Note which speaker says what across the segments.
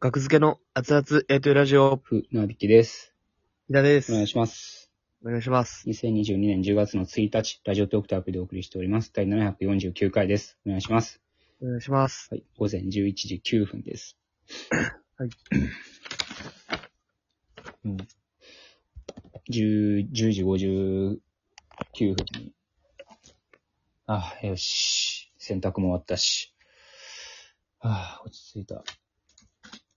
Speaker 1: 学付けの熱々エイトラジオ、
Speaker 2: ふ、なびきです。
Speaker 1: ひだです。
Speaker 2: お願いします。
Speaker 1: お願いします。
Speaker 2: 2022年10月の1日、ラジオトークとアプリでお送りしております。第749回です。お願いします。
Speaker 1: お願いします。
Speaker 2: はい、午前11時9分です。
Speaker 1: はい。
Speaker 2: うん。10, 10時59分に。あ、よし。洗濯も終わったし。ああ、落ち着いた。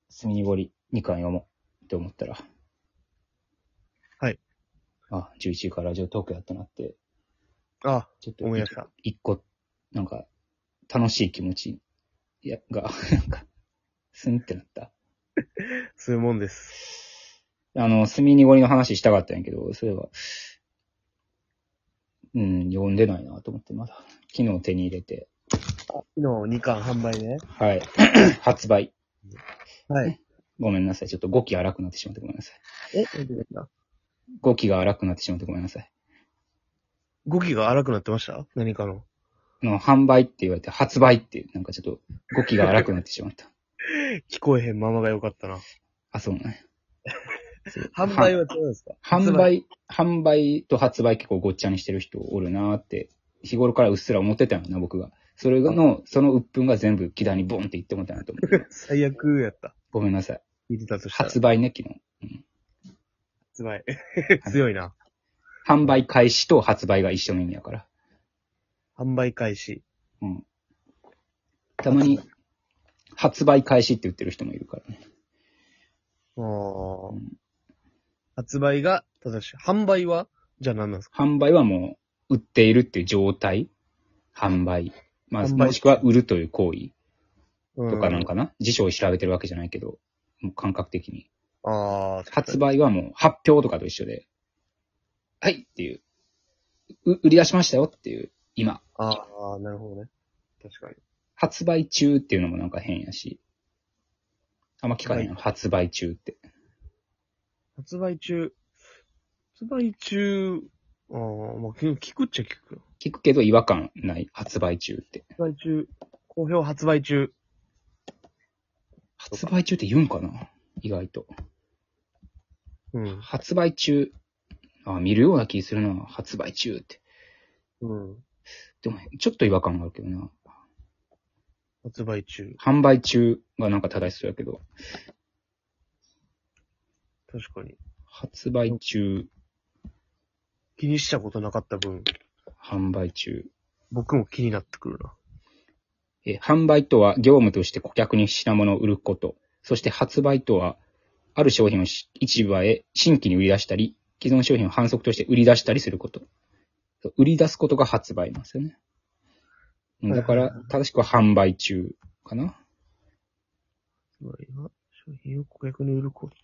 Speaker 2: 墨にごり2巻読もうって思ったら。
Speaker 1: はい。
Speaker 2: あ、11時からラジオトークやったなって、
Speaker 1: あ、
Speaker 2: ちょっと
Speaker 1: 思い出した。
Speaker 2: 一個、なんか、楽しい気持ち、いや、が、 なんか、すんってなった。
Speaker 1: そういうもんです。
Speaker 2: あの、墨濁りの話したかったんやけど、そういえば、うん、読んでないなと思って、まだ。昨日手に入れて、
Speaker 1: 昨日2巻販売ね。
Speaker 2: はい。 発売。
Speaker 1: はい。
Speaker 2: ごめんなさい。ちょっと語気荒くなってしまってごめんなさい。
Speaker 1: え、なんて言うんだ
Speaker 2: 語気が荒くなってしまってごめんなさい。
Speaker 1: 語気が荒くなってました何かの。
Speaker 2: あの、販売って言われて、発売って、なんかちょっと語気が荒くなってしまった。
Speaker 1: 聞こえへんままが良かったな。
Speaker 2: あ、そうなんや。
Speaker 1: 販売は違うんですか
Speaker 2: 販。売、販売と発売結構ごっちゃにしてる人おるなーって、日頃からうっすら思ってたよな、僕が。それの、その鬱憤が全部木田にボンっていってもったなと思って。
Speaker 1: 最悪やった。
Speaker 2: ごめんなさい。
Speaker 1: 聞いてたとしたら。
Speaker 2: 発売ね、昨日。
Speaker 1: 発売。強いな。
Speaker 2: 販売開始と発売が一緒の意味やから。
Speaker 1: 販売開始。
Speaker 2: うん。たまに、発売開始って言ってる人もいるからね。
Speaker 1: あー
Speaker 2: うん
Speaker 1: 発売が正しい。販売はじゃあ何なんですか
Speaker 2: 販売はもう、売っているっていう状態。販売。まあ、
Speaker 1: 販売
Speaker 2: もしくは売るという行為
Speaker 1: う
Speaker 2: とかなん。かな。辞書を調べてるわけじゃないけど、もう感覚的に。
Speaker 1: ああ、
Speaker 2: 発売はもう発表とかと一緒で、はいっていう、う売り出しましたよっていう、今、
Speaker 1: ああ、なるほどね。確かに。
Speaker 2: 発売中っていうのもなんか変やし、あんま聞かへんやん、発売中って。
Speaker 1: 発売中、発売中、ああ、まあ、聞聞くっちゃ聞くよ。
Speaker 2: 聞くけど違和感ない、発売中って。
Speaker 1: 発売中、好評発売中。
Speaker 2: 発売中って言うんかな意外と。
Speaker 1: うん。
Speaker 2: 発売中、あ、見るような気するな、発売中って。
Speaker 1: うん。
Speaker 2: でも、ちょっと違和感があるけどな。
Speaker 1: 発売中。
Speaker 2: 販売中がなんか正しそうやけど、
Speaker 1: 確かに。
Speaker 2: 発売中、
Speaker 1: 気にしたことなかった分、
Speaker 2: 販売中。
Speaker 1: 僕も気になってくるな。
Speaker 2: えー販売とは業務として顧客に品物を売ること。そして発売とは、ある商品をし市場へ新規に売り出したり、既存商品を反則として売り出したりすること。そう売り出すことが発売なんですよね。うんだか
Speaker 1: はい
Speaker 2: ら
Speaker 1: は、
Speaker 2: 正しくは販売中かな。
Speaker 1: つまりは、商品を顧客に売ること。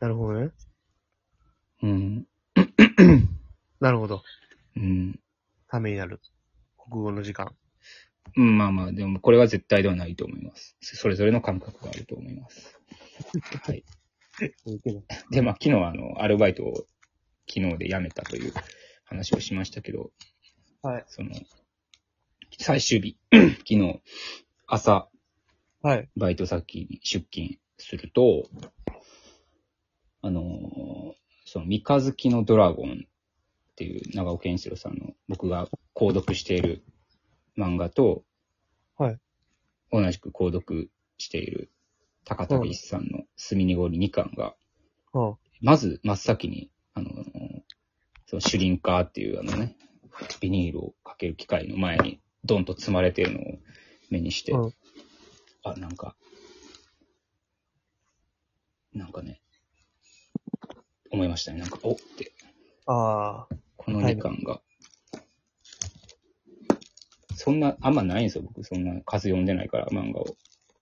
Speaker 1: なるほどね。
Speaker 2: うん。
Speaker 1: なるほど。
Speaker 2: うん。
Speaker 1: ためになる。国語の時間。
Speaker 2: うんまあまあ、でもこれは絶対ではないと思います。それぞれの感覚があると思い ます。はい。で、まあ昨日はあの、アルバイトを昨日で辞めたという話をしましたけど、
Speaker 1: はい。
Speaker 2: その、最終日、 昨日、朝、
Speaker 1: はい。
Speaker 2: バイト先に出勤すると、あのーその、三日月のドラゴンっていう長尾健一郎さんの僕が購読している漫画と、
Speaker 1: はい。
Speaker 2: 同じく購読している高田一さんの墨濁り2巻が、
Speaker 1: は
Speaker 2: まず真っ先に、あのーそのシュリンカーっていうあのね、ビニールをかける機械の前にドンと積まれてるのを目にして、
Speaker 1: うん
Speaker 2: あ、なんか、なんかね、思いましたね。なんか、おって、
Speaker 1: あ。ああ。
Speaker 2: この時間が。そんな、あんまないんですよ、僕。そんな数読んでないから、漫画を。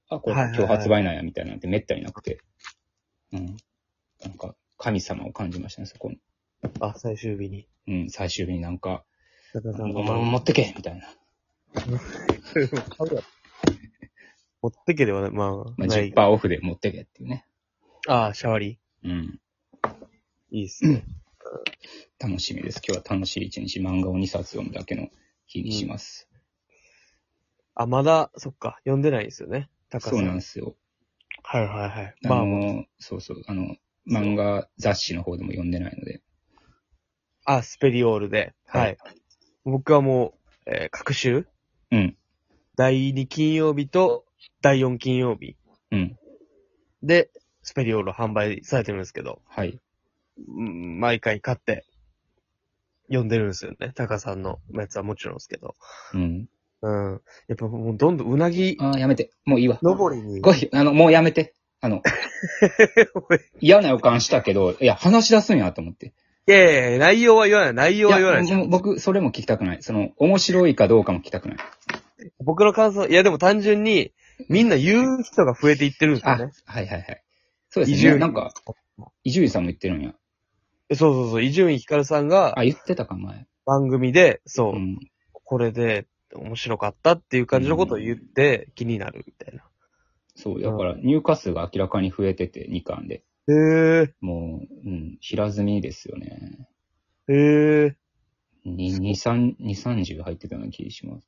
Speaker 2: あ、これ
Speaker 1: はいはいはい
Speaker 2: 今日発売なんや、みたいなんてめったになくて。うん。なんか、神様を感じましたね、そこに。
Speaker 1: あ、最終日に。
Speaker 2: うん、最終日になんか、
Speaker 1: 中田さ
Speaker 2: も
Speaker 1: ん
Speaker 2: う
Speaker 1: が
Speaker 2: 持ってけみたいな。
Speaker 1: 持ってければ、まあ、
Speaker 2: まあ、
Speaker 1: ない。
Speaker 2: 10%オフで持ってけっていうね。
Speaker 1: ああ、シャワリ。
Speaker 2: うん。
Speaker 1: いいっすね。
Speaker 2: 楽しみです。今日は楽しい一日、漫画を2冊読むだけの日にします。
Speaker 1: あ、まだ、そっか、読んでないですよね。高さ
Speaker 2: そうなん
Speaker 1: ん
Speaker 2: ですよ。
Speaker 1: はいはいはい。
Speaker 2: あ
Speaker 1: まあ、
Speaker 2: の、そうそう、あの、漫画雑誌の方でも読んでないので。
Speaker 1: あ、スペリオールで。はい。
Speaker 2: はい
Speaker 1: 僕はもう、えー、各週
Speaker 2: うん。
Speaker 1: 第2金曜日と第4金曜日
Speaker 2: うん。
Speaker 1: で、スペリオール販売されてるんですけど、
Speaker 2: はい。
Speaker 1: うん毎回買って、読んでるんですよね。タカさんのやつはもちろんですけど。
Speaker 2: うん。
Speaker 1: うん。やっぱもうどんどんうなぎ、
Speaker 2: ああ、やめて。もういいわ。
Speaker 1: 登りに。
Speaker 2: ごい、あの、もうやめて。あの、嫌な予感したけど、いや、話し出すんやと思って。
Speaker 1: いやいやいや内容は言わない。内容は言わない
Speaker 2: い
Speaker 1: です
Speaker 2: やもう僕、それも聞きたくない。その、面白いかどうかも聞きたくない。
Speaker 1: 僕の感想、いやでも単純に、みんな言う人が増えていってるんです
Speaker 2: あ、
Speaker 1: よ
Speaker 2: はい
Speaker 1: ね。
Speaker 2: はいはい。そうで
Speaker 1: 伊
Speaker 2: す
Speaker 1: 集
Speaker 2: ね。
Speaker 1: 院
Speaker 2: なんか、伊集院さんも言ってるんや。
Speaker 1: そうそうそう。伊集院光さんが
Speaker 2: あ、言ってたか、前。
Speaker 1: 番組で、そう
Speaker 2: う、ん。
Speaker 1: これで面白かったっていう感じのことを言って気になるみたいな。
Speaker 2: そう、だから、入荷数が明らかに増えてて、2巻で。
Speaker 1: へえ、
Speaker 2: もう、うん、平積みですよね。
Speaker 1: へえ、
Speaker 2: に2、3、2、30入ってたような気がします。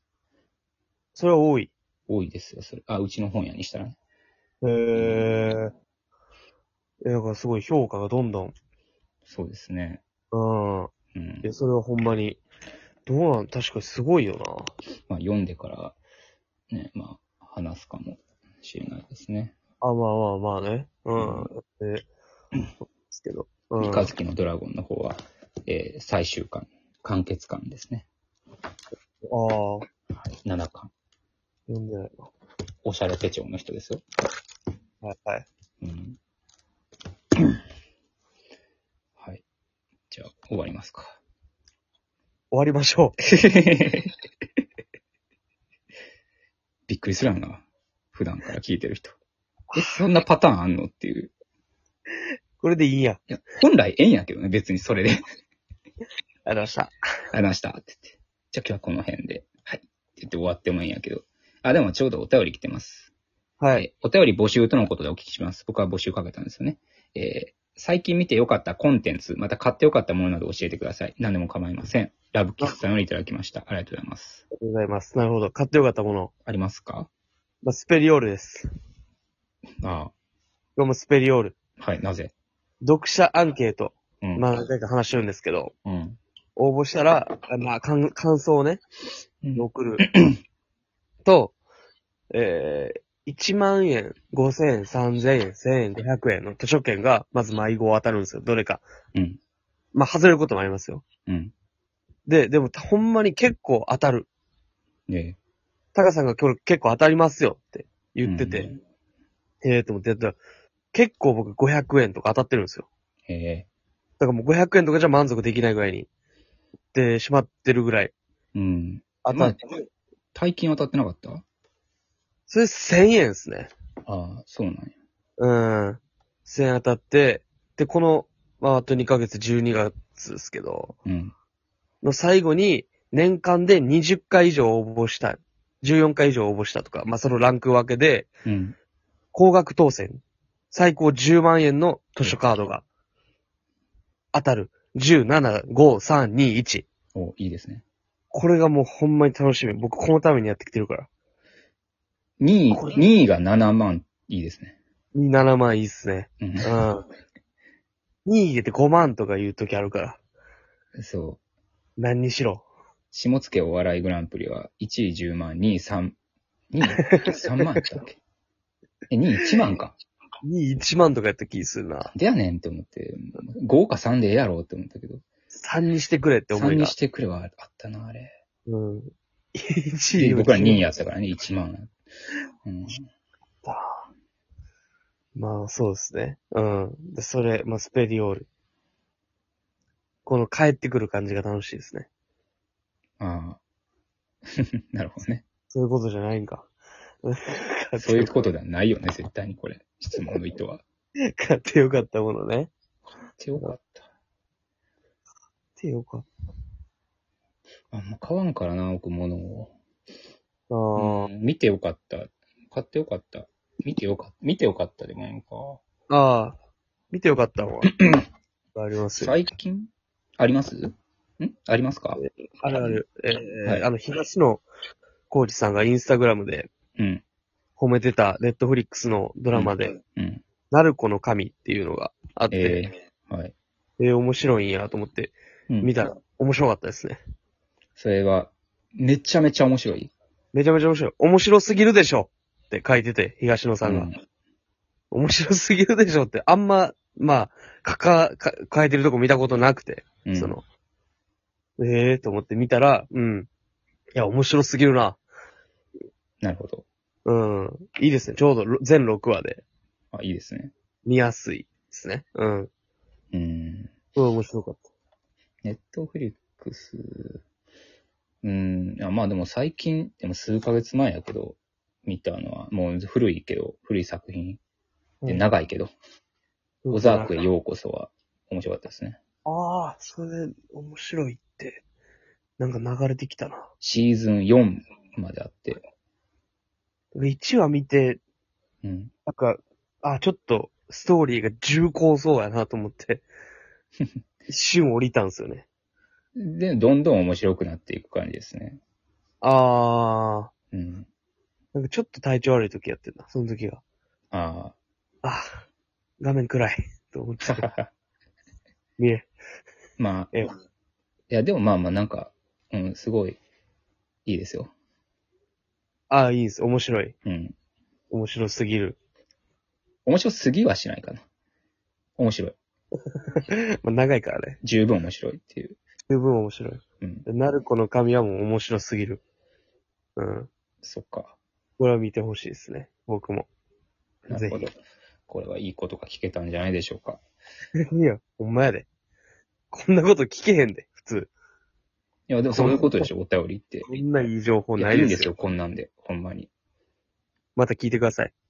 Speaker 1: それは多い。
Speaker 2: 多いですよ、それ。あ、うちの本屋にしたらね。
Speaker 1: へえ。え、だからすごい評価がどんどん。
Speaker 2: そうですね。
Speaker 1: うん。
Speaker 2: うん。
Speaker 1: え、それはほんまに。どうなん確かにすごいよな。
Speaker 2: まあ、読んでから、ね、まあ、話すかもしれないですね。
Speaker 1: あ、まあまあまあね。うん。え、ですけど。うん。
Speaker 2: 三日月のドラゴンの方は、えー最終巻、完結巻ですね。
Speaker 1: ああ、
Speaker 2: はい、7巻。
Speaker 1: 読んでないな。
Speaker 2: おしゃれ手帳の人ですよ。
Speaker 1: はいはい。
Speaker 2: うん。はい。じゃあ、終わりますか。
Speaker 1: 終わりましょう。
Speaker 2: びっくりするやろな。普段から聞いてる人。え、そんなパターンあんのっていう。
Speaker 1: これでいいや。
Speaker 2: いや、本来ええんやけどね、別にそれで。
Speaker 1: ありがとうございました。
Speaker 2: ありましたって言って。じゃあ今日はこの辺で。はい。って言って終わってもいいんやけど。あ、でもちょうどお便り来てます。
Speaker 1: は
Speaker 2: え
Speaker 1: い。
Speaker 2: ーお便り募集とのことでお聞きします。僕は募集かけたんですよね。えー最近見てよかったコンテンツ、また買ってよかったものなど教えてください。何でも構いません。ラブキスさんよりいただきました。ありがとうございます
Speaker 1: あ。りがとうございます。なるほど。買ってよかったもの。
Speaker 2: ありますか
Speaker 1: まあ、スペリオールです。
Speaker 2: あ
Speaker 1: 今日もスペリオール。
Speaker 2: あ、はい、なぜ
Speaker 1: 読者アンケート。
Speaker 2: うん。
Speaker 1: まあ、何回か話してるんですけど、
Speaker 2: うん。
Speaker 1: 応募したら、あまあ、感感想をね、
Speaker 2: うん
Speaker 1: 送る。と、えー、1万円、5000円、3000円、1000円、500円の図書券が、まず迷子を当たるんですよ。どれか。
Speaker 2: うん。
Speaker 1: まあ、外れることもありますよ。
Speaker 2: うん。
Speaker 1: で、でも、ほんまに結構当たる。
Speaker 2: で、
Speaker 1: タカさんが今日結構当たりますよって言ってて、ええーと思ってやったら、結構僕500円とか当たってるんですよ。
Speaker 2: へえ。
Speaker 1: だからもう500円とかじゃ満足できないぐらいに、で、しまってるぐらい
Speaker 2: うん。
Speaker 1: 当たって、
Speaker 2: 大金当たってなかった
Speaker 1: それ1000円ですね。
Speaker 2: ああ、そうなんや。
Speaker 1: うん。1000円当たって、で、この、まあ、あと2ヶ月、12月ですけど、
Speaker 2: うん。
Speaker 1: の最後に、年間で20回以上応募した、14回以上応募したとか、まあ、そのランク分けで、
Speaker 2: うん。
Speaker 1: 高額当選。最高10万円の図書カードが、当たる。17531。
Speaker 2: お、いいですね。
Speaker 1: これがもうほんまに楽しみ。僕このためにやってきてるから。
Speaker 2: 2位、
Speaker 1: これ
Speaker 2: 2位が7万、いいですね。
Speaker 1: 7万いいっすね。
Speaker 2: うん
Speaker 1: う。ん。2位入れて5万とか言う時あるから。
Speaker 2: そう。
Speaker 1: 何にしろ。
Speaker 2: 下野お笑いグランプリは、1位10万、2位3、2位 3万やったっけえ、2位1万か。
Speaker 1: 2位1万とかやった気するな。
Speaker 2: でやねんって思って、5か3でええやろうって思ったけど、
Speaker 1: 3にしてくれって思
Speaker 2: 3
Speaker 1: い
Speaker 2: に
Speaker 1: が
Speaker 2: し。てくれはあったな、あれ。
Speaker 1: うん。1位
Speaker 2: で、僕ら2位
Speaker 1: や。
Speaker 2: やったからね、1万。うん。
Speaker 1: まあそうですね。うん。で、それ、まあスペリオール。この帰ってくる感じが楽しいですね。
Speaker 2: ああ。 なるほどね。
Speaker 1: そういうことじゃないんか。
Speaker 2: そういうことではないよね、絶対にこれ。質問の意図は。
Speaker 1: 買ってよかったものね。
Speaker 2: ってよかった。
Speaker 1: 買ってよかっ
Speaker 2: あんま買わんからな、僕、物を。
Speaker 1: た。
Speaker 2: うん見てよかった。買ってよかった。見てよかった。見てよかったでもいいのか。
Speaker 1: ああ、見てよかったもん。ありますよ。
Speaker 2: 最近ありますんありますか
Speaker 1: あるある。えー
Speaker 2: はい
Speaker 1: あの、東野幸治さんがインスタグラムで、
Speaker 2: うん。
Speaker 1: 褒めてた、ネットフリックスのドラマで、
Speaker 2: うん。
Speaker 1: ナルコの神っていうのがあって、
Speaker 2: ええはい。
Speaker 1: えー面白いんやと思って、
Speaker 2: うん
Speaker 1: 見たら面白かったですね。
Speaker 2: それは、めちゃめちゃ面白い。
Speaker 1: めちゃめちゃ面白い。面白すぎるでしょって書いてて、東野さんが。
Speaker 2: うん
Speaker 1: 面白すぎるでしょって、あんま、まあ、書か、か書いてるとこ見たことなくて、
Speaker 2: うん
Speaker 1: その、ええと思って見たら、うん。いや、面白すぎるな。
Speaker 2: なるほど。
Speaker 1: うん。いいですね。ちょうどろ全6話で
Speaker 2: あ、いいですね。
Speaker 1: 見やすいですね。うん。
Speaker 2: うん。
Speaker 1: うん、面白かっ
Speaker 2: ネットフリックス。うん。いやまあでも最近、でも数ヶ月前やけど、見たのは、もう古いけど、古い作品。
Speaker 1: た。
Speaker 2: で、長いけど、
Speaker 1: う
Speaker 2: 小沢区へようこそは面白かったですね。
Speaker 1: ああ、それ、面白いって、なんか流れてきたな。
Speaker 2: シーズン4まであって。
Speaker 1: 1話見て、
Speaker 2: うん。
Speaker 1: なんか、あ、ちょっと、ストーリーが重厚そうやなと思 って、一瞬降りたんですよね。
Speaker 2: で、どんどん面白くなっていく感じですね。
Speaker 1: ああ、
Speaker 2: うん。
Speaker 1: なんかちょっと体調悪い時やってんな、その時が。
Speaker 2: あ
Speaker 1: ああ、画面暗い、 と思って。
Speaker 2: あ。
Speaker 1: 見え。
Speaker 2: まあ、
Speaker 1: ええ
Speaker 2: いや、でもまあまあ、なんか、うん、すごい、いいですよ。
Speaker 1: ああ、いいです。面白い。
Speaker 2: うん。
Speaker 1: 面白すぎる。
Speaker 2: 面白すぎはしないかな。面白い。
Speaker 1: まあ、長いからね。
Speaker 2: 十分面白いっていう。
Speaker 1: 十分面白い。
Speaker 2: うん。
Speaker 1: でナルコの神はもう面白すぎる。うん。
Speaker 2: そっか。
Speaker 1: これは見てほしいですね。僕も。
Speaker 2: な
Speaker 1: ぜ
Speaker 2: るほど。これはいいことが聞けたんじゃないでしょうか。
Speaker 1: ひ。 いや、ほんまやで。こんなこと聞けへんで、普通。
Speaker 2: いや、でもそういうことでしょ、お便りって。
Speaker 1: こんないい情報
Speaker 2: いや
Speaker 1: ないい
Speaker 2: いん
Speaker 1: で
Speaker 2: ですす
Speaker 1: よ。
Speaker 2: よ、こんなんで。ほんまに。
Speaker 1: また聞いてください。